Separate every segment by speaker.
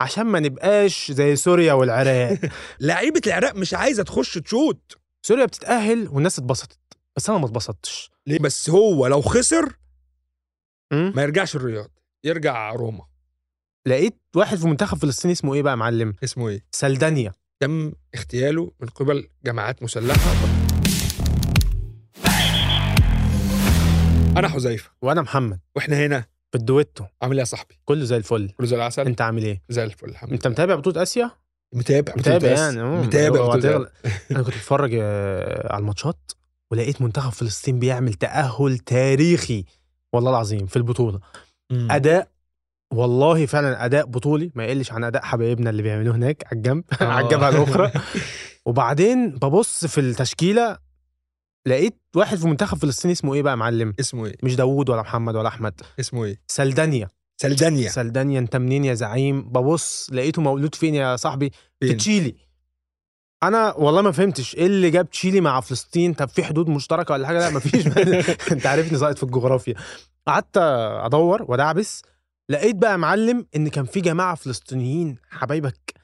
Speaker 1: عشان ما نبقاش زي سوريا والعراق
Speaker 2: لعيبه العراق مش عايزه تخش تشوت
Speaker 1: سوريا بتتأهل والناس اتبسطت بس انا ما اتبسطتش
Speaker 2: ليه بس هو لو خسر
Speaker 1: م?
Speaker 2: ما يرجعش الرياض يرجع روما
Speaker 1: لقيت واحد في منتخب فلسطيني اسمه ايه بقى يا معلم
Speaker 2: اسمه ايه
Speaker 1: سلدانيا
Speaker 2: تم اغتياله من قبل جماعات مسلحه انا حذيفه
Speaker 1: وانا محمد
Speaker 2: واحنا هنا
Speaker 1: في الدويتو
Speaker 2: عامل ايه يا صاحبي
Speaker 1: كله زي الفل
Speaker 2: كله زي العسل
Speaker 1: انت عامل ايه
Speaker 2: زي الفل الحمد
Speaker 1: انت
Speaker 2: لله
Speaker 1: متابع بطوله اسيا
Speaker 2: متابع
Speaker 1: متابع
Speaker 2: بتقول بس.
Speaker 1: يعني آه،
Speaker 2: متابع
Speaker 1: هو
Speaker 2: بتقول بس.
Speaker 1: هتغلق. انا كنت بتفرج آه، على الماتشات ولقيت منتخب فلسطين بيعمل تاهل تاريخي والله العظيم في البطوله
Speaker 2: مم.
Speaker 1: اداء والله فعلا اداء بطولي ما يقلش عن اداء حبايبنا اللي بيعملوه هناك على الجنب على
Speaker 2: آه.
Speaker 1: الجبهه الاخرى وبعدين ببص في التشكيله لقيت واحد في منتخب فلسطين اسمه ايه بقى يا معلم
Speaker 2: اسمه ايه
Speaker 1: مش داوود ولا محمد ولا احمد
Speaker 2: اسمه ايه
Speaker 1: سلدانيا
Speaker 2: سلدانيا
Speaker 1: سلدانيا انت منين يا زعيم ببص لقيته مولود فين يا صاحبي في
Speaker 2: فين؟
Speaker 1: تشيلي انا والله ما فهمتش ايه اللي جاب تشيلي مع فلسطين طب في حدود مشتركه ولا حاجه لا مفيش انت عارفني زائد في الجغرافيا قعدت ادور وادعبس لقيت بقى يا معلم ان كان في جماعه فلسطينيين حبايبك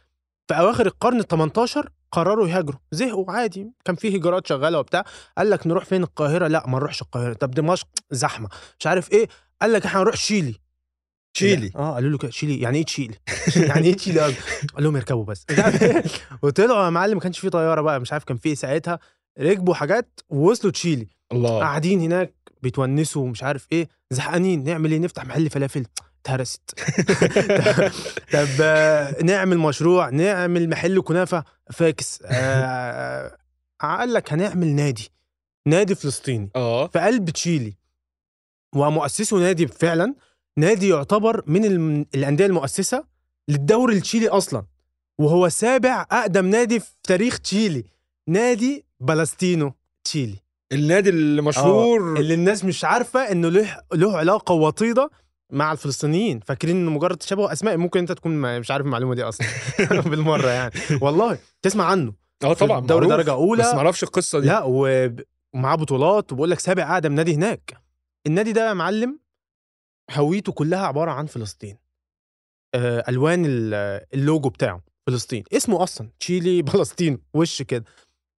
Speaker 1: في اواخر القرن ال18 قرروا يهاجروا زهقوا عادي كان في هجرات شغاله وبتاع قال لك نروح فين القاهره لا ما نروحش القاهره طب دمشق زحمه مش عارف ايه قال لك احنا هنروح شيلي
Speaker 2: تشيلي
Speaker 1: اه قالوا له كده تشيلي يعني ايه تشيلي يعني
Speaker 2: إيه
Speaker 1: ايه تشيلي قال لهم يركبوا بس وطلعوا يا معلم ما كانش في طياره بقى مش عارف كان في ايه ساعتها ركبوا حاجات ووصلوا تشيلي
Speaker 2: الله
Speaker 1: قاعدين هناك بيتونسوا ومش عارف ايه زهقانين نعمل ايه نفتح محل فلافل اتهرست طب آه، نعمل مشروع نعمل محل كنافه فاكس آه، قال لك هنعمل نادي نادي فلسطيني
Speaker 2: اه
Speaker 1: في قلب تشيلي ومؤسسه نادي فعلا نادي يعتبر من الم- الانديه المؤسسه للدوري التشيلي اصلا وهو سابع اقدم نادي في تاريخ تشيلي نادي بلاستينو تشيلي
Speaker 2: النادي المشهور
Speaker 1: اللي الناس مش عارفه انه له له علاقه وطيده مع الفلسطينيين فاكرين انه مجرد تشابه اسماء ممكن انت تكون ما- مش عارف المعلومه دي اصلا بالمره يعني والله تسمع عنه
Speaker 2: اه
Speaker 1: في
Speaker 2: طبعا
Speaker 1: الدوري
Speaker 2: معروف.
Speaker 1: درجه اولى
Speaker 2: بس ما اعرفش القصه دي
Speaker 1: لا وب- ومعاه بطولات وبقول لك سابع اقدم نادي هناك النادي ده يا معلم هويته كلها عباره عن فلسطين آه، الوان ال- اللوجو بتاعه فلسطين اسمه اصلا تشيلي فلسطين وش كده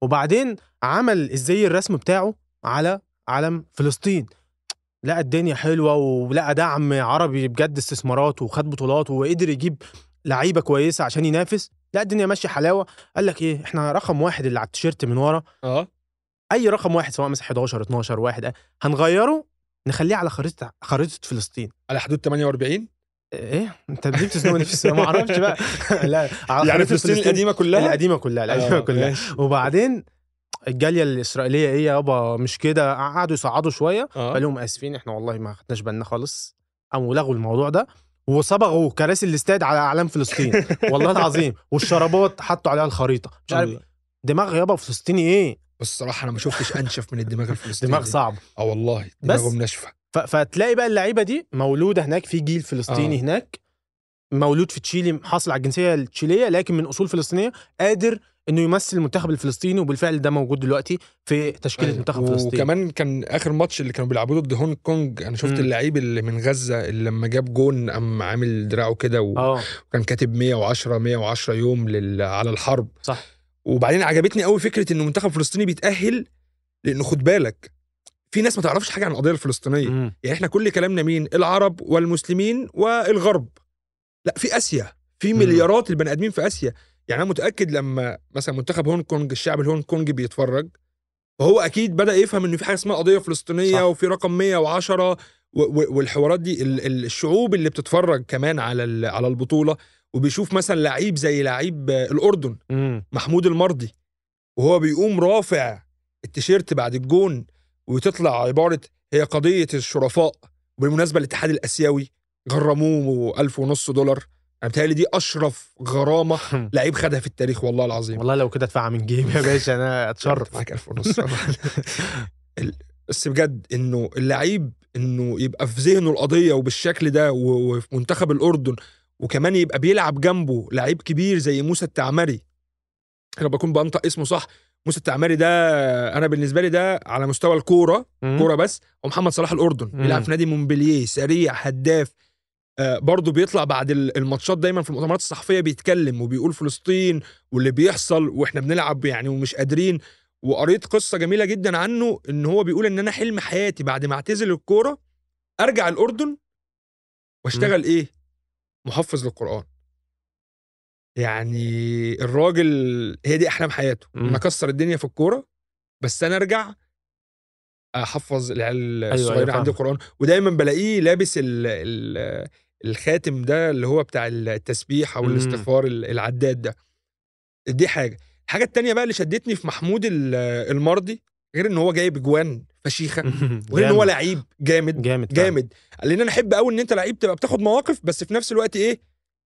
Speaker 1: وبعدين عمل الزي الرسم بتاعه على علم فلسطين لقى الدنيا حلوه ولقى دعم عربي بجد استثمارات وخد بطولات وقدر يجيب لعيبه كويسه عشان ينافس لا الدنيا ماشيه حلاوه قال لك ايه احنا رقم واحد اللي على التيشيرت من ورا
Speaker 2: اه
Speaker 1: اي رقم واحد سواء مثلا 11 12 واحد أه، هنغيره نخليه على خريطه خريطه فلسطين
Speaker 2: على حدود 48
Speaker 1: ايه انت ليه بتزنقني في السنة؟ ما اعرفش بقى لا على
Speaker 2: يعني
Speaker 1: خريطة
Speaker 2: فلسطين القديمه كلها
Speaker 1: القديمه كلها القديمه
Speaker 2: آه،
Speaker 1: كلها
Speaker 2: ماشي.
Speaker 1: وبعدين الجاليه الاسرائيليه ايه يابا مش كده قعدوا يصعدوا شويه
Speaker 2: اه
Speaker 1: قال لهم اسفين احنا والله ما خدناش بالنا خالص قاموا لغوا الموضوع ده وصبغوا كراسي الاستاد على اعلام فلسطين والله العظيم والشرابات حطوا عليها الخريطه مش عارف
Speaker 2: الله.
Speaker 1: دماغ يابا فلسطيني ايه
Speaker 2: بس الصراحه انا ما شفتش انشف من الدماغ الفلسطيني
Speaker 1: دماغ صعب
Speaker 2: اه والله
Speaker 1: بس-
Speaker 2: دماغهم ناشفه
Speaker 1: ف- فتلاقي بقى اللعيبه دي مولوده هناك في جيل فلسطيني
Speaker 2: آه.
Speaker 1: آه. هناك مولود في تشيلي حاصل على الجنسيه التشيليه لكن من اصول فلسطينيه قادر انه يمثل المنتخب الفلسطيني وبالفعل ده موجود دلوقتي في تشكيله
Speaker 2: أيوة.
Speaker 1: منتخب فلسطين
Speaker 2: وكمان كان اخر ماتش اللي كانوا بيلعبوه ضد هونج كونج انا شفت
Speaker 1: مم.
Speaker 2: اللعيب اللي من غزه اللي لما جاب جون قام عامل دراعه كده و-
Speaker 1: اه
Speaker 2: وكان كاتب 110 110 يوم لل... على الحرب
Speaker 1: صح.
Speaker 2: وبعدين عجبتني قوي فكره انه منتخب فلسطيني بيتاهل لانه خد بالك في ناس ما تعرفش حاجه عن القضيه الفلسطينيه
Speaker 1: مم.
Speaker 2: يعني احنا كل كلامنا مين العرب والمسلمين والغرب لا في اسيا في
Speaker 1: مم.
Speaker 2: مليارات البني ادمين في اسيا يعني انا متاكد لما مثلا منتخب هونج كونج الشعب الهونج كونج بيتفرج فهو اكيد بدا يفهم انه في حاجه اسمها قضيه فلسطينيه
Speaker 1: صح.
Speaker 2: صح. وفي رقم 110 و- و- والحوارات دي ال- ال- الشعوب اللي بتتفرج كمان على ال- على البطوله وبيشوف مثلا لعيب زي لعيب آه، الاردن
Speaker 1: مم.
Speaker 2: محمود المرضي وهو بيقوم رافع التيشيرت بعد الجون وتطلع عبارة هي قضية الشرفاء وبالمناسبة الاتحاد الآسيوي غرموه ألف ونص دولار أنا بتهيألي دي أشرف غرامة لعيب خدها في التاريخ والله العظيم
Speaker 1: والله لو كده ادفعها من جيبي يا باشا انا اتشرف
Speaker 2: معاك ألف ونص ال- بس بجد إنه اللعيب إنه يبقى في ذهنه القضية وبالشكل ده و- وفي منتخب الأردن وكمان يبقى بيلعب جنبه لعيب كبير زي موسى التعمري أنا بكون بنطق اسمه صح موسى التعمري ده أنا بالنسبة لي ده على مستوى الكورة
Speaker 1: مم.
Speaker 2: كوره بس ومحمد صلاح الاردن
Speaker 1: مم.
Speaker 2: بيلعب في نادي مونبلييه سريع هداف آه، برضه بيطلع بعد ال- الماتشات دايما في المؤتمرات الصحفيه بيتكلم وبيقول فلسطين واللي بيحصل واحنا بنلعب يعني ومش قادرين وقريت قصه جميله جدا عنه ان هو بيقول ان انا حلم حياتي بعد ما اعتزل الكوره ارجع الاردن واشتغل ايه محفظ للقران يعني الراجل هي دي احلام حياته
Speaker 1: مم.
Speaker 2: انا اكسر الدنيا في الكوره بس انا ارجع احفظ العيال
Speaker 1: أيوة،
Speaker 2: الصغيره
Speaker 1: أيوة،
Speaker 2: عندي
Speaker 1: فاهمك.
Speaker 2: قران ودايما بلاقيه لابس ال ال الخاتم ده اللي هو بتاع التسبيح او
Speaker 1: مم.
Speaker 2: الاستغفار ال- العداد ده دي حاجه الحاجه التانية بقى اللي شدتني في محمود ال- المرضي غير ان هو جايب جوان فشيخه غير ان هو
Speaker 1: امم. جامد.
Speaker 2: لعيب جامد
Speaker 1: جامد فعلاً.
Speaker 2: جامد لان انا احب قوي ان انت لعيب تبقى بتاخد مواقف بس في نفس الوقت ايه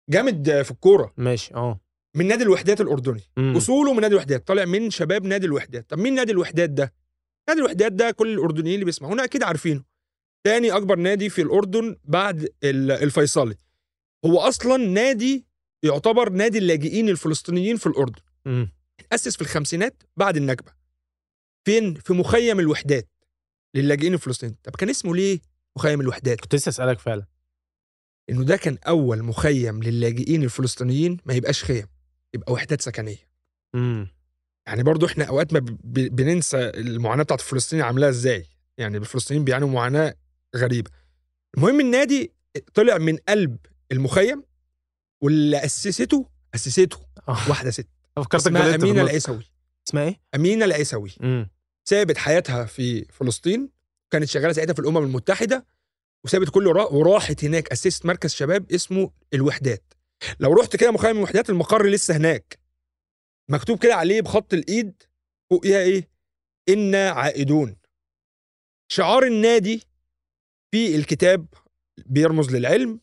Speaker 2: جامد في الكوره
Speaker 1: ماشي اه
Speaker 2: من نادي الوحدات الاردني
Speaker 1: مم.
Speaker 2: اصوله من نادي الوحدات طالع من شباب نادي الوحدات طب مين نادي الوحدات ده نادي الوحدات ده كل الاردنيين اللي بيسمعونا اكيد عارفينه تاني اكبر نادي في الاردن بعد ال- الفيصلي هو اصلا نادي يعتبر نادي اللاجئين الفلسطينيين في الاردن
Speaker 1: مم.
Speaker 2: اتاسس في الخمسينات بعد النكبه فين في مخيم الوحدات للاجئين الفلسطينيين طب كان اسمه ليه مخيم الوحدات
Speaker 1: كنت لسه اسالك فعلا
Speaker 2: انه ده كان اول مخيم للاجئين الفلسطينيين ما يبقاش خيم يبقى وحدات سكنيه
Speaker 1: مم.
Speaker 2: يعني برضو احنا اوقات ما ب- ب- بننسى المعاناه بتاعت الفلسطينيين عاملاها ازاي يعني الفلسطينيين بيعانوا معاناه غريبه المهم النادي طلع من قلب المخيم واللي اسسته اسسته
Speaker 1: آه.
Speaker 2: واحده ست
Speaker 1: فكرتك
Speaker 2: اسمها
Speaker 1: غلطت في
Speaker 2: امينه
Speaker 1: النص.
Speaker 2: العيسوي
Speaker 1: اسمها ايه؟
Speaker 2: امينه العيسوي
Speaker 1: مم.
Speaker 2: سابت حياتها في فلسطين كانت شغاله ساعتها في الامم المتحده وسابت كل ورا- وراحت هناك اسست مركز شباب اسمه الوحدات لو رحت كده مخيم الوحدات المقر لسه هناك مكتوب كده عليه بخط الايد فوقيها ايه انا عائدون شعار النادي في الكتاب بيرمز للعلم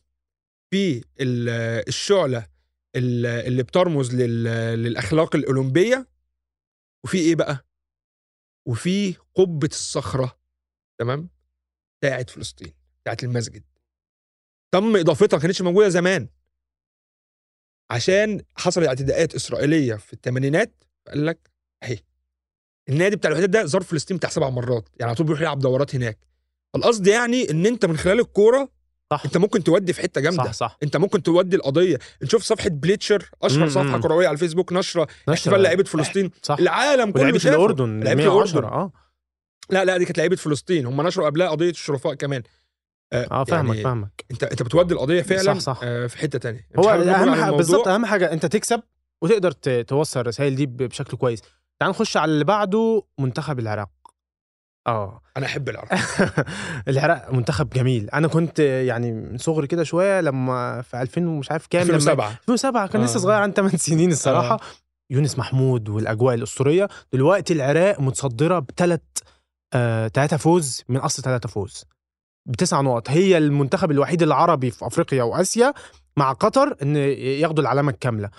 Speaker 2: في ال- الشعله ال- اللي بترمز لل- للاخلاق الاولمبيه وفي ايه بقى وفي قبة الصخرة تمام بتاعت فلسطين بتاعت المسجد تم إضافتها ما كانتش موجودة زمان عشان حصلت اعتداءات إسرائيلية في الثمانينات قال لك أهي النادي بتاع الوحدات ده زار فلسطين بتاع سبع مرات يعني على طول بيروح يلعب دورات هناك فالقصد يعني ان انت من خلال الكوره
Speaker 1: صح
Speaker 2: انت ممكن تودي في حته جامده
Speaker 1: صح صح
Speaker 2: انت ممكن تودي القضيه نشوف صفحه بليتشر اشهر
Speaker 1: مم،
Speaker 2: صفحه
Speaker 1: مم.
Speaker 2: كرويه على الفيسبوك نشره احتفال
Speaker 1: نشرة.
Speaker 2: لعيبه فلسطين
Speaker 1: صح
Speaker 2: العالم كله
Speaker 1: ولعيبه
Speaker 2: شافه
Speaker 1: الاردن
Speaker 2: لعيبة
Speaker 1: 110
Speaker 2: الأردن. آه،
Speaker 1: اه
Speaker 2: لا لا دي كانت لعيبه فلسطين هم نشروا قبلها قضيه الشرفاء كمان
Speaker 1: اه فاهمك
Speaker 2: يعني
Speaker 1: فاهمك
Speaker 2: انت انت بتودي القضيه فعلا
Speaker 1: صح، صح.
Speaker 2: آه، في حته تانية
Speaker 1: هو
Speaker 2: مش حابب نخرج
Speaker 1: اهم
Speaker 2: عن
Speaker 1: حاجه
Speaker 2: الموضوع.
Speaker 1: بالظبط اهم حاجه انت تكسب وتقدر ت- توصل الرسائل دي ب- بشكل كويس تعال نخش على اللي بعده منتخب العراق اه
Speaker 2: انا احب العرب
Speaker 1: العراق منتخب جميل انا كنت يعني من صغري كده شويه لما في 2000 ومش عارف كام لما
Speaker 2: 2007
Speaker 1: 2007 كان لسه
Speaker 2: آه.
Speaker 1: صغير عن 8 سنين الصراحه
Speaker 2: آه.
Speaker 1: يونس محمود والاجواء الاسطوريه دلوقتي العراق متصدره بثلاث آه، ثلاثه فوز من اصل ثلاثه فوز بتسع نقط هي المنتخب الوحيد العربي في افريقيا واسيا مع قطر ان ياخدوا العلامه الكامله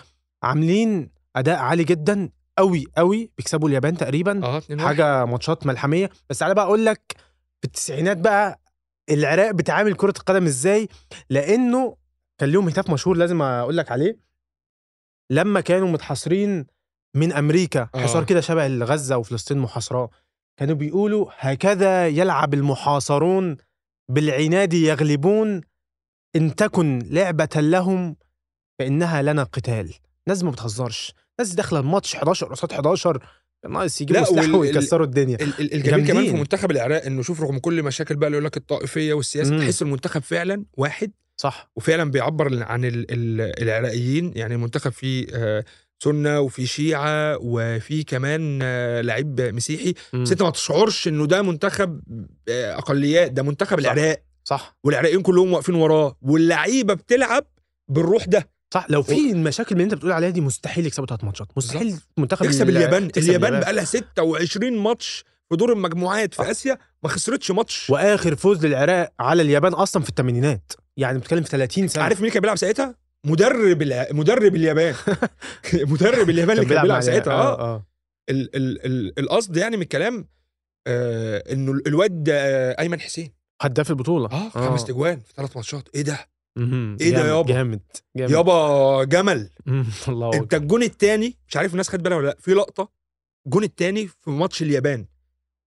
Speaker 1: عاملين اداء عالي جدا قوي قوي بيكسبوا اليابان تقريبا
Speaker 2: اه 2 واحد.
Speaker 1: حاجه ماتشات ملحميه بس تعالى بقى اقول لك في التسعينات بقى العراق بتعامل كره القدم ازاي لانه كان ليهم هتاف مشهور لازم اقول لك عليه لما كانوا متحاصرين من امريكا
Speaker 2: آه.
Speaker 1: حصار كده شبه اللي غزه وفلسطين محاصراه كانوا بيقولوا هكذا يلعب المحاصرون بالعناد يغلبون ان تكن لعبه لهم فانها لنا قتال ناس ما بتهزرش ناس داخله الماتش 11 قصاد 11 كان ناقص يجيبوا
Speaker 2: لا،
Speaker 1: سلاح
Speaker 2: وال-
Speaker 1: ويكسروا الدنيا
Speaker 2: ال- ال- الجميل كمان في
Speaker 1: جامدين.
Speaker 2: منتخب العراق انه شوف رغم كل المشاكل بقى اللي يقول لك الطائفيه والسياسه
Speaker 1: مم.
Speaker 2: تحس المنتخب فعلا واحد
Speaker 1: صح
Speaker 2: وفعلا بيعبر عن ال ال العراقيين يعني المنتخب فيه آه، سنه وفي شيعه وفي كمان آه، لعيب مسيحي
Speaker 1: مم.
Speaker 2: بس انت ما تشعرش انه ده منتخب آه، اقليات ده منتخب
Speaker 1: صح.
Speaker 2: العراق
Speaker 1: صح
Speaker 2: والعراقيين كلهم واقفين وراه واللعيبه بتلعب بالروح ده
Speaker 1: صح لو في المشاكل اللي انت بتقول عليها دي مستحيل يكسبوا ثلاث ماتشات مستحيل منتخب
Speaker 2: تكسب
Speaker 1: ال-
Speaker 2: اليابان
Speaker 1: تكسب
Speaker 2: اليابان بقى لها 26 ماتش في دور المجموعات في اسيا ما خسرتش ماتش
Speaker 1: واخر فوز للعراق على اليابان اصلا في الثمانينات يعني بتتكلم في 30 سنه
Speaker 2: عارف مين كان بيلعب ساعتها مدرب الع... مدرب اليابان مدرب اليابان اللي كان
Speaker 1: مع اليابان.
Speaker 2: بيلعب ساعتها اه
Speaker 1: اه
Speaker 2: ال- ال- ال- القصد يعني من الكلام آه انه الواد آه ايمن حسين
Speaker 1: هداف البطوله
Speaker 2: اه خمس
Speaker 1: آه.
Speaker 2: تجوان في ثلاث ماتشات ايه ده
Speaker 1: مهم.
Speaker 2: إيه ده
Speaker 1: جامد،
Speaker 2: يابا؟
Speaker 1: جامد جامد
Speaker 2: يابا جمل
Speaker 1: مم. الله
Speaker 2: انت
Speaker 1: اكبر
Speaker 2: الجون الثاني مش عارف الناس خدت بالها ولا لا في لقطه الجون الثاني في ماتش اليابان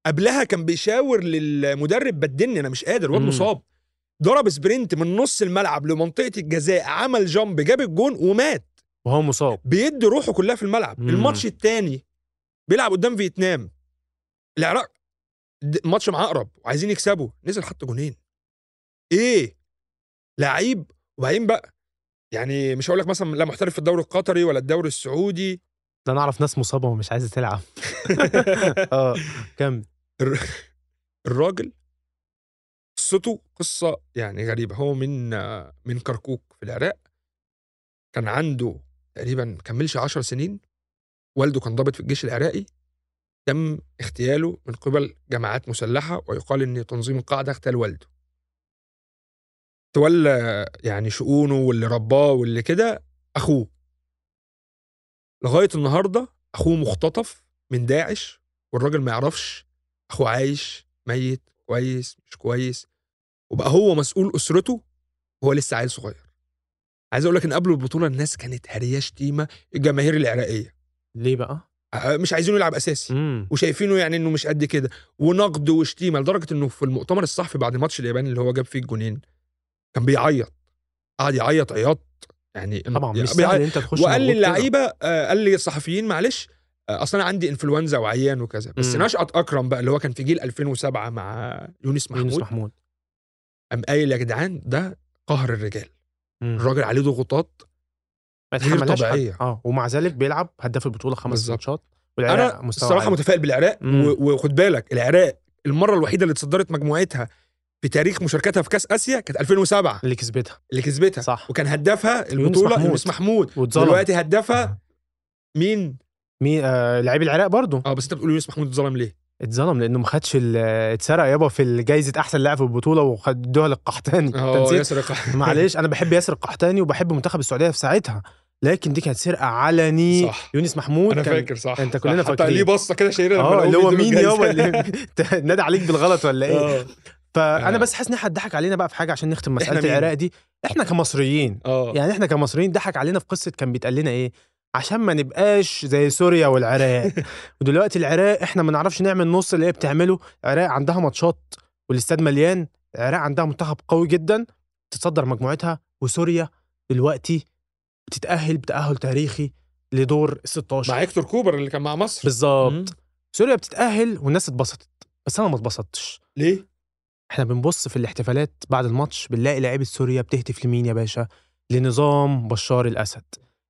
Speaker 2: قبلها كان بيشاور للمدرب بدلني انا مش قادر واد
Speaker 1: مم.
Speaker 2: مصاب ضرب سبرنت من نص الملعب لمنطقه الجزاء عمل جامب جاب الجون ومات
Speaker 1: وهو مصاب
Speaker 2: بيدي روحه كلها في الملعب
Speaker 1: مم.
Speaker 2: الماتش الثاني بيلعب قدام فيتنام العراق د- ماتش معقرب وعايزين يكسبوا نزل حط جونين ايه لعيب وبعدين بقى يعني مش هقول لك مثلا لا محترف في الدوري القطري ولا الدوري السعودي
Speaker 1: ده انا اعرف ناس مصابه ومش عايزه تلعب اه كمل
Speaker 2: الراجل قصته قصة يعني غريبة هو من آه، من كركوك في العراق كان عنده تقريبا ما كملش 10 سنين والده كان ضابط في الجيش العراقي تم اغتياله من قبل جماعات مسلحة ويقال إن تنظيم القاعدة اغتال والده تولى يعني شؤونه واللي رباه واللي كده أخوه لغاية النهاردة أخوه مختطف من داعش والراجل ما يعرفش اخوه عايش ميت كويس مش كويس وبقى هو مسؤول اسرته وهو لسه عيل صغير عايز اقول لك ان قبل البطوله الناس كانت هريه شتيمه الجماهير العراقيه
Speaker 1: ليه بقى؟
Speaker 2: آه، مش عايزينه يلعب اساسي
Speaker 1: امم
Speaker 2: وشايفينه يعني انه مش قد كده ونقد وشتيمه لدرجه انه في المؤتمر الصحفي بعد ماتش اليابان اللي هو جاب فيه الجونين كان بيعيط قعد يعيط عياط يعني
Speaker 1: طبعا
Speaker 2: يعني
Speaker 1: مش
Speaker 2: بيعيط.
Speaker 1: سهل إن انت تخش
Speaker 2: وقال
Speaker 1: مضغوط كده.
Speaker 2: للعيبه آه، قال للصحفيين معلش آه، اصل انا عندي انفلونزا وعيان وكذا بس
Speaker 1: مم.
Speaker 2: نشأة اكرم بقى اللي هو كان في جيل 2007 مع يونس محمود,
Speaker 1: يونس محمود
Speaker 2: قام قايل يا جدعان ده قهر الرجال
Speaker 1: مم.
Speaker 2: الراجل عليه ضغوطات
Speaker 1: ما
Speaker 2: غير
Speaker 1: يتحملهاش حد.
Speaker 2: طبيعية.
Speaker 1: اه ومع ذلك بيلعب هداف البطوله خمس
Speaker 2: بالظبط.
Speaker 1: ماتشات
Speaker 2: انا
Speaker 1: والعراق مستوى
Speaker 2: الصراحه
Speaker 1: عالي.
Speaker 2: متفائل بالعراق
Speaker 1: مم.
Speaker 2: و- وخد بالك العراق المره الوحيده اللي تصدرت مجموعتها في تاريخ مشاركتها في كاس اسيا كانت 2007
Speaker 1: اللي كسبتها
Speaker 2: اللي كسبتها
Speaker 1: صح.
Speaker 2: وكان هدافها البطوله
Speaker 1: محمود. آه.
Speaker 2: يونس محمود
Speaker 1: واتظلم
Speaker 2: دلوقتي هدافها مين
Speaker 1: مين آه لعيب العراق برضه
Speaker 2: اه بس انت بتقول يونس محمود اتظلم ليه
Speaker 1: اتظلم لانه ما خدش ال- اتسرق يابا في جائزه احسن لاعب في البطوله وخدوها للقحطاني أنت
Speaker 2: اه
Speaker 1: نسيت؟
Speaker 2: ياسر القح-
Speaker 1: معلش انا بحب ياسر القحطاني وبحب منتخب السعوديه في ساعتها لكن دي كانت سرقه علني
Speaker 2: صح
Speaker 1: يونس محمود
Speaker 2: انا
Speaker 1: كان-
Speaker 2: فاكر صح
Speaker 1: أنت
Speaker 2: صح.
Speaker 1: كلنا
Speaker 2: حتى
Speaker 1: فاكرين.
Speaker 2: ليه بصه كده شهيره لما
Speaker 1: اه
Speaker 2: لقوه
Speaker 1: اللي هو
Speaker 2: بيدي
Speaker 1: مين
Speaker 2: بالجايزة.
Speaker 1: يابا اللي نادى عليك بالغلط ولا ايه
Speaker 2: اه
Speaker 1: فانا
Speaker 2: آه.
Speaker 1: بس حاسس ان احنا اتضحك علينا بقى في حاجه عشان نختم
Speaker 2: إحنا
Speaker 1: مساله
Speaker 2: مين؟
Speaker 1: العراق دي احنا كمصريين
Speaker 2: اه
Speaker 1: يعني احنا كمصريين ضحك علينا في قصه كان بيتقال لنا ايه عشان ما نبقاش زي سوريا والعراق ودلوقتي العراق احنا ما نعرفش نعمل نص اللي هي بتعمله العراق عندها ماتشات والاستاد مليان العراق عندها منتخب قوي جدا تتصدر مجموعتها وسوريا دلوقتي بتتاهل بتاهل تاريخي لدور 16
Speaker 2: مع هيكتور كوبر اللي كان مع مصر مم.
Speaker 1: بالظبط سوريا بتتاهل والناس اتبسطت بس انا ما اتبسطتش
Speaker 2: ليه؟
Speaker 1: احنا بنبص في الاحتفالات بعد الماتش بنلاقي لعيبه سوريا بتهتف لمين يا باشا لنظام بشار الاسد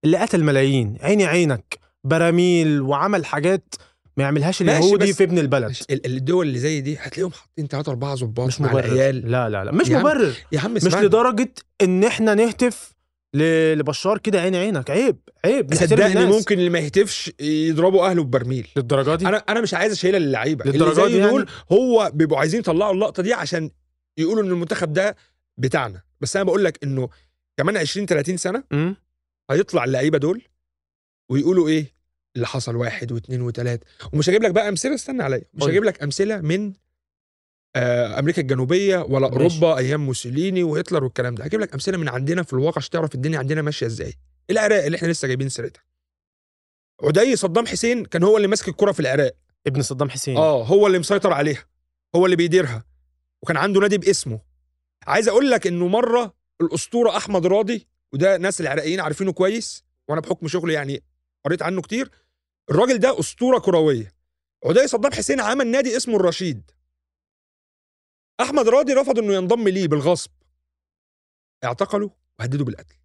Speaker 1: اللي قتل ملايين عيني عينك براميل وعمل حاجات ما يعملش
Speaker 2: ماشي،
Speaker 1: اليهودي
Speaker 2: بس-
Speaker 1: في ابن البلد
Speaker 2: مش- ال- الدول اللي زي دي هتلاقيهم حاطين ثلاثة أربعة ظباط
Speaker 1: مش
Speaker 2: مع
Speaker 1: مبرر
Speaker 2: العيال
Speaker 1: لا لا لا مش
Speaker 2: يا عم،
Speaker 1: مبرر
Speaker 2: يا عم
Speaker 1: مش
Speaker 2: اسمعني
Speaker 1: لدرجه ان احنا نهتف ل- لبشار كده عيني عينك عيب عيب نحترم
Speaker 2: صدقني
Speaker 1: الناس.
Speaker 2: ممكن اللي ما يهتفش يضربوا أهله ببرميل
Speaker 1: للدرجه دي
Speaker 2: أنا أنا مش عايز أشيلها للعيبة اللي
Speaker 1: للدرجة دي يعني؟
Speaker 2: زي دول هو بيبقوا عايزين يطلعوا اللقطة دي عشان يقولوا إن المنتخب ده بتاعنا بس أنا بقول لك إنه كمان 20 30 سنة
Speaker 1: مم؟
Speaker 2: هيطلع اللعيبة دول ويقولوا إيه اللي حصل واحد واثنين وثلاثة ومش هجيب لك بقى أمثلة استنى عليا مش
Speaker 1: قول.
Speaker 2: هجيب لك أمثلة من آه، امريكا الجنوبيه ولا
Speaker 1: ماشي.
Speaker 2: اوروبا ايام موسوليني وهتلر والكلام ده هجيب لك امثله من عندنا في الواقع عشان تعرف الدنيا عندنا ماشيه ازاي العراق اللي احنا لسه جايبين سيرتها عدي صدام حسين كان هو اللي ماسك الكره في العراق
Speaker 1: ابن صدام حسين
Speaker 2: اه هو اللي مسيطر عليها هو اللي بيديرها وكان عنده نادي باسمه عايز اقول لك انه مره الاسطوره احمد راضي وده ناس العراقيين عارفينه كويس وانا بحكم شغلي يعني قريت عنه كتير الراجل ده اسطوره كرويه عدي صدام حسين عمل نادي اسمه الرشيد احمد راضي رفض انه ينضم ليه بالغصب اعتقلوا وهددوا بالقتل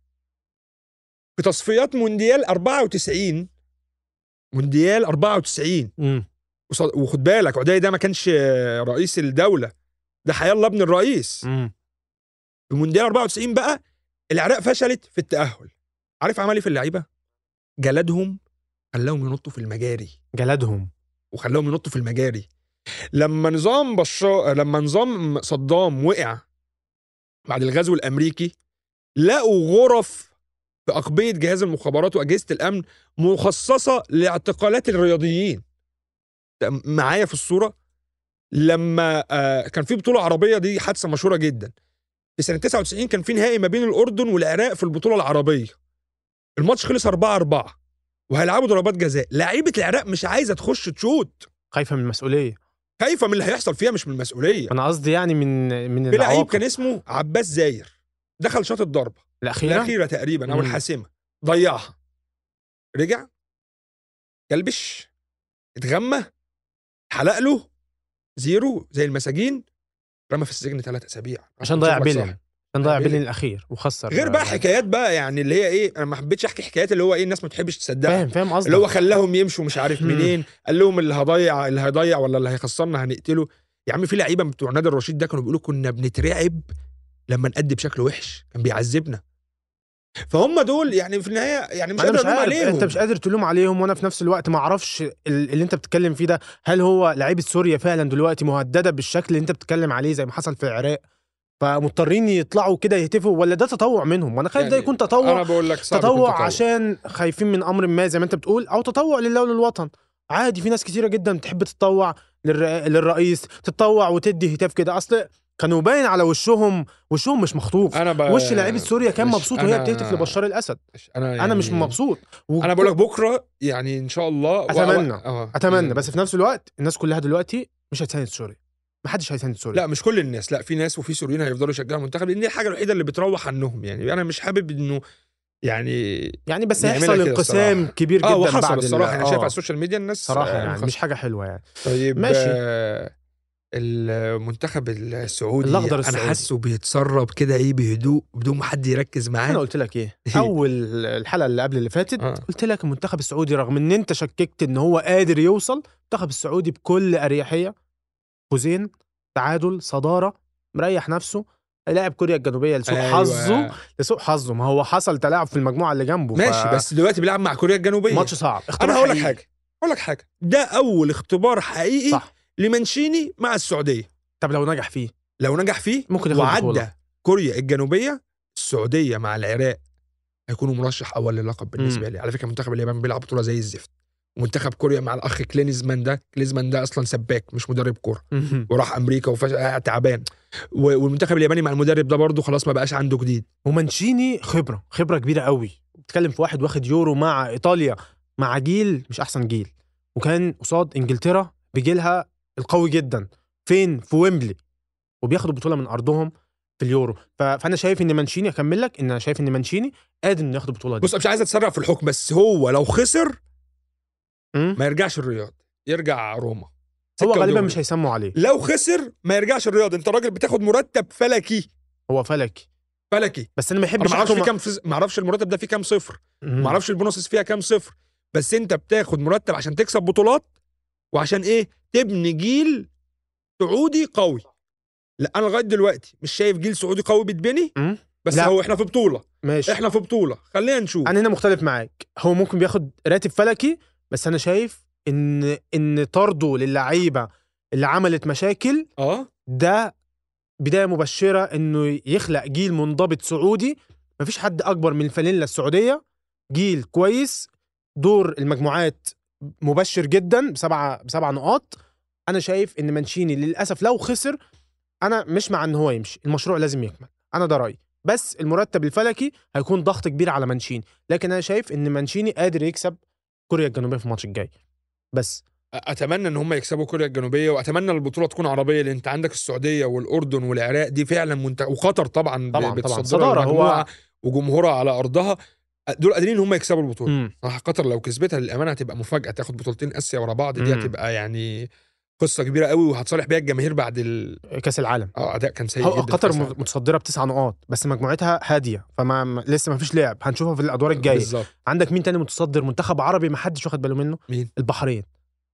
Speaker 2: في تصفيات مونديال 94 مونديال 94
Speaker 1: مم.
Speaker 2: وصد- وخد بالك عدي ده ما كانش رئيس الدوله ده حيالله ابن الرئيس
Speaker 1: مم.
Speaker 2: في مونديال 94 بقى العراق فشلت في التاهل عارف عمل ايه في اللعيبه جلدهم خلاهم ينطوا في المجاري
Speaker 1: جلدهم
Speaker 2: وخلاهم ينطوا في المجاري لما نظام بشار لما نظام صدام وقع بعد الغزو الامريكي لقوا غرف في اقبيه جهاز المخابرات واجهزه الامن مخصصه لاعتقالات الرياضيين ده م- معايا في الصوره لما آه، كان في بطوله عربيه دي حادثه مشهوره جدا في سنه 99 كان في نهائي ما بين الاردن والعراق في البطوله العربيه الماتش خلص 4 4 وهيلعبوا ضربات جزاء لعيبه العراق مش عايزه تخش تشوت
Speaker 1: خايفه من المسؤوليه
Speaker 2: خايفه من اللي هيحصل فيها مش من المسؤوليه
Speaker 1: انا قصدي يعني من من
Speaker 2: في لعيب
Speaker 1: العواقب
Speaker 2: كان اسمه عباس زاير دخل شاط الضربه
Speaker 1: الاخيره
Speaker 2: الاخيره تقريبا او
Speaker 1: إيه؟ مم.
Speaker 2: الحاسمه ضيعها رجع كلبش اتغمى حلق له زيرو زي المساجين رمى في السجن ثلاث اسابيع
Speaker 1: عشان ضيع
Speaker 2: أشوفك
Speaker 1: بيلين.
Speaker 2: صح.
Speaker 1: كان ضيع
Speaker 2: بيلين.
Speaker 1: بيلين الاخير وخسر آه.
Speaker 2: غير بقى حكايات بقى يعني اللي هي ايه انا ما حبيتش احكي حكايات اللي هو ايه الناس ما تحبش تصدقها
Speaker 1: فاهم فاهم قصدي
Speaker 2: اللي هو خلاهم يمشوا مش عارف
Speaker 1: مم.
Speaker 2: منين قال لهم اللي هضيع اللي هيضيع ولا اللي هيخسرنا هنقتله يا عم في لعيبه بتوع نادي الرشيد ده كانوا بيقولوا كنا بنترعب لما نأدي بشكل وحش كان بيعذبنا فهم دول يعني في النهايه يعني مش
Speaker 1: انا
Speaker 2: قادر
Speaker 1: مش
Speaker 2: الوم
Speaker 1: عارف
Speaker 2: عليهم
Speaker 1: انت مش قادر تلوم عليهم وانا في نفس الوقت ما اعرفش ال- اللي انت بتتكلم فيه ده هل هو لعيبه سوريا فعلا دلوقتي مهدده بالشكل اللي انت بتتكلم عليه زي ما حصل في العراق فمضطرين يطلعوا كده يهتفوا ولا ده تطوع منهم وانا خايف ده
Speaker 2: يعني
Speaker 1: يكون تطوع
Speaker 2: انا بقول لك صعب يكون
Speaker 1: تطوع عشان خايفين من امر ما زي ما انت بتقول او تطوع لله وللوطن عادي في ناس كتيره جدا بتحب تتطوع للر... للرئيس تتطوع وتدي هتاف كده اصل كانوا باين على وشهم وشهم مش مخطوف
Speaker 2: انا ب...
Speaker 1: وش لعيبه سوريا كان
Speaker 2: آه، مش-
Speaker 1: مبسوط وهي
Speaker 2: أنا-
Speaker 1: بتهتف لبشار الاسد
Speaker 2: انا يعني...
Speaker 1: انا مش مبسوط و...
Speaker 2: انا بقول لك بكره يعني ان شاء الله
Speaker 1: أتمنى.
Speaker 2: آه.
Speaker 1: اتمنى بس في نفس الوقت الناس كلها دلوقتي مش هتساند سوريا محدش هيساند سوريا
Speaker 2: لا مش كل الناس لا في ناس وفي سوريين هيفضلوا يشجعوا المنتخب لان دي الحاجه الوحيده اللي بتروح عنهم يعني انا مش حابب انه يعني
Speaker 1: يعني بس
Speaker 2: نعملها
Speaker 1: هيحصل
Speaker 2: كده
Speaker 1: انقسام
Speaker 2: الصراحة.
Speaker 1: كبير جدا
Speaker 2: اه وحصل
Speaker 1: بعد ال-
Speaker 2: الصراحه انا شايف
Speaker 1: آه،
Speaker 2: على السوشيال ميديا الناس
Speaker 1: صراحه
Speaker 2: آه،
Speaker 1: يعني
Speaker 2: خلاص.
Speaker 1: مش حاجه حلوه يعني
Speaker 2: طيب
Speaker 1: ماشي.
Speaker 2: ماشي آه المنتخب السعودي
Speaker 1: الأخضر
Speaker 2: انا
Speaker 1: السعودي.
Speaker 2: حاسه بيتسرب كده ايه بهدوء بدون ما حد يركز
Speaker 1: انا
Speaker 2: معاه
Speaker 1: قلت لك ايه اول الحلقه اللي قبل اللي فاتت
Speaker 2: آه.
Speaker 1: قلت لك المنتخب السعودي رغم ان انت شككت ان هو قادر يوصل المنتخب السعودي بكل اريحيه فوزين تعادل صداره مريح نفسه هيلاعب كوريا الجنوبيه لسوء
Speaker 2: أيوة.
Speaker 1: أيوة. حظه لسوء حظه ما هو حصل تلاعب في المجموعه اللي جنبه
Speaker 2: ماشي
Speaker 1: ف-
Speaker 2: بس دلوقتي بيلعب مع كوريا الجنوبيه
Speaker 1: ماتش صعب
Speaker 2: انا
Speaker 1: اختبار
Speaker 2: هقول لك
Speaker 1: حقيقي.
Speaker 2: حاجه هقول لك حاجه ده اول اختبار حقيقي
Speaker 1: صح
Speaker 2: لمانشيني مع السعوديه
Speaker 1: طب لو نجح فيه
Speaker 2: لو نجح فيه
Speaker 1: ممكن ياخد
Speaker 2: وعدى
Speaker 1: بطولة.
Speaker 2: كوريا الجنوبيه السعوديه مع العراق هيكونوا مرشح اول للقب بالنسبه لي على فكره منتخب اليابان بيلعب بطوله زي الزفت ومنتخب كوريا مع الاخ كلينزمان ده كلينزمان ده اصلا سباك مش مدرب كوره وراح امريكا وفش قاعد تعبان و- والمنتخب الياباني مع المدرب ده برضه خلاص ما بقاش عنده جديد
Speaker 1: ومانشيني خبره خبره كبيره قوي بتتكلم في واحد واخد يورو مع ايطاليا مع جيل مش احسن جيل وكان قصاد انجلترا بجيلها القوي جدا فين في ويمبلي وبياخدوا بطوله من ارضهم في اليورو ف... فانا شايف ان مانشيني اكمل لك ان انا شايف ان مانشيني قادر انه ياخد البطوله دي
Speaker 2: بص أنا مش عايز اتسرع في الحكم بس هو لو خسر
Speaker 1: مم؟
Speaker 2: ما يرجعش الرياض يرجع روما
Speaker 1: هو
Speaker 2: سكة
Speaker 1: غالبا
Speaker 2: ودغري.
Speaker 1: مش هيسموا عليه
Speaker 2: لو خسر ما يرجعش الرياض انت راجل بتاخد مرتب فلكي
Speaker 1: هو فلكي
Speaker 2: فلكي
Speaker 1: بس انا ما
Speaker 2: انا
Speaker 1: بحبش
Speaker 2: ما اعرفش
Speaker 1: أحكم-
Speaker 2: في كام فز- ما اعرفش المرتب ده فيه كام صفر
Speaker 1: مم.
Speaker 2: ما اعرفش البونصس فيها كام صفر بس انت بتاخد مرتب عشان تكسب بطولات وعشان ايه تبني جيل سعودي قوي لا انا لغايه دلوقتي مش شايف جيل سعودي قوي بيتبني
Speaker 1: مم.
Speaker 2: بس
Speaker 1: لا.
Speaker 2: هو احنا في بطوله
Speaker 1: ماشي
Speaker 2: احنا في بطوله خلينا نشوف
Speaker 1: انا هنا مختلف معاك هو ممكن بياخد راتب فلكي بس انا شايف ان ان طرده للعيبه اللي عملت مشاكل
Speaker 2: اه
Speaker 1: ده بدايه مبشره انه يخلق جيل منضبط سعودي مفيش حد اكبر من الفانيلا السعوديه جيل كويس دور المجموعات مبشر جدا بسبعه بسبع نقاط انا شايف ان مانشيني للاسف لو خسر انا مش مع ان هو يمشي المشروع لازم يكمل انا ده رايي بس المرتب الفلكي هيكون ضغط كبير على مانشيني لكن انا شايف ان مانشيني قادر يكسب كوريا الجنوبيه في الماتش الجاي بس
Speaker 2: اتمنى ان هم يكسبوا كوريا الجنوبيه واتمنى البطوله تكون عربيه لان انت عندك السعوديه والاردن والعراق دي فعلا منت... وقطر طبعا ب-
Speaker 1: طبعا طبعا
Speaker 2: بتصدرها
Speaker 1: صداره
Speaker 2: المجموعة
Speaker 1: هو
Speaker 2: وجمهورها على ارضها دول قادرين ان هم يكسبوا البطوله
Speaker 1: مم.
Speaker 2: صراحه قطر لو كسبتها للامانه هتبقى مفاجاه تاخد بطولتين اسيا ورا بعض دي
Speaker 1: مم.
Speaker 2: هتبقى يعني قصه كبيره قوي وهتصالح بيها الجماهير بعد ال...
Speaker 1: كاس العالم
Speaker 2: اه اداء كان سيء
Speaker 1: هو
Speaker 2: جدا
Speaker 1: قطر
Speaker 2: في كأس
Speaker 1: م- متصدره بتسع نقاط بس مجموعتها هاديه فما م- لسه ما فيش لعب هنشوفها في الادوار
Speaker 2: العالم.
Speaker 1: الجايه
Speaker 2: بالظبط
Speaker 1: عندك مين تاني متصدر منتخب عربي ما حدش واخد باله منه
Speaker 2: مين؟
Speaker 1: البحرين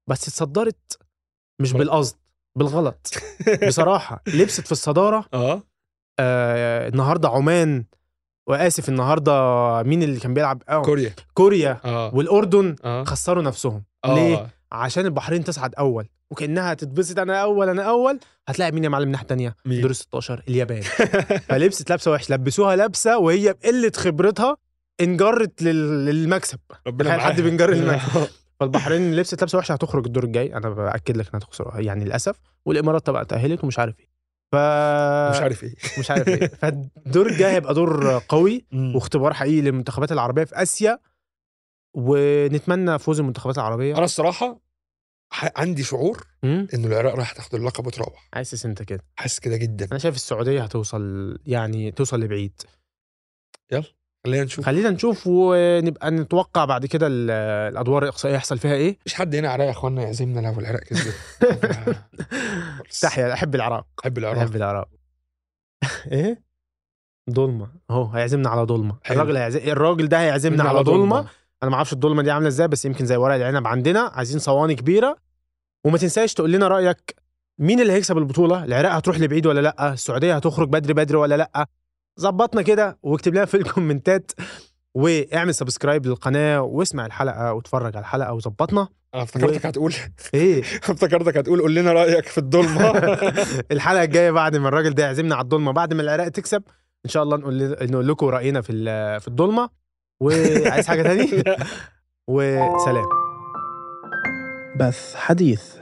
Speaker 1: بس اتصدرت مش
Speaker 2: غلط.
Speaker 1: بالقصد بالغلط بصراحه لبست في الصداره
Speaker 2: اه
Speaker 1: آه النهارده عمان واسف النهارده مين اللي كان بيلعب أو
Speaker 2: كوريا
Speaker 1: كوريا
Speaker 2: اه
Speaker 1: والاردن
Speaker 2: اه
Speaker 1: خسروا نفسهم
Speaker 2: آه.
Speaker 1: ليه؟ عشان البحرين تصعد اول وكانها تتبسط انا اول انا اول هتلاقي مين يا معلم الناحيه الثانيه
Speaker 2: مين؟
Speaker 1: دور 16 اليابان فلبست لابسه وحش لبسوها لابسه وهي بقله خبرتها انجرت لل- للمكسب
Speaker 2: ربنا
Speaker 1: تخيل حد
Speaker 2: معاها.
Speaker 1: بينجر المكسب فالبحرين لبست لابسه وحشه هتخرج الدور الجاي انا باكد لك انها تخسرها يعني للاسف والامارات طبعا تاهلت ومش عارف ايه ف
Speaker 2: مش عارف ايه
Speaker 1: مش عارف ايه فالدور الجاي هيبقى دور قوي واختبار حقيقي للمنتخبات العربيه في اسيا ونتمنى فوز المنتخبات العربيه
Speaker 2: انا الصراحه ح- عندي شعور
Speaker 1: مم؟
Speaker 2: انه العراق راح تاخد اللقب وتروح
Speaker 1: حاسس انت كده
Speaker 2: حاسس كده جدا
Speaker 1: انا شايف السعوديه هتوصل يعني توصل لبعيد
Speaker 2: خلينا نشوف
Speaker 1: خلينا نشوف ونبقى نتوقع بعد كده ال- الادوار الاقصائيه هيحصل فيها ايه
Speaker 2: مش حد هنا عراق يا اخوانا يعزمنا لو العراق كسبت آه، خالص.
Speaker 1: تحيا احب العراق
Speaker 2: احب العراق
Speaker 1: احب العراق ايه ظلمه اهو هيعزمنا على ظلمه
Speaker 2: حلو.
Speaker 1: الراجل هيعزم الراجل ده هيعزمنا على ظلمه انا ما اعرفش الدولمه دي عامله ازاي بس يمكن زي ورق العنب عندنا عايزين صواني كبيره وما تنساش تقول لنا رايك مين اللي هيكسب البطوله العراق هتروح لبعيد ولا لا السعوديه هتخرج بدري بدري ولا لا ظبطنا كده واكتب لنا في الكومنتات واعمل سبسكرايب للقناه واسمع الحلقه واتفرج على الحلقه وظبطنا
Speaker 2: انا افتكرتك هتقول
Speaker 1: ايه
Speaker 2: افتكرتك هتقول قول لنا رايك في الضلمه
Speaker 1: الحلقه الجايه بعد ما الراجل ده يعزمنا على الضلمه بعد ما العراق تكسب ان شاء الله نقول نقول لكم راينا في ال- في الضلمه وعايز حاجه تاني وسلام
Speaker 3: بث حديث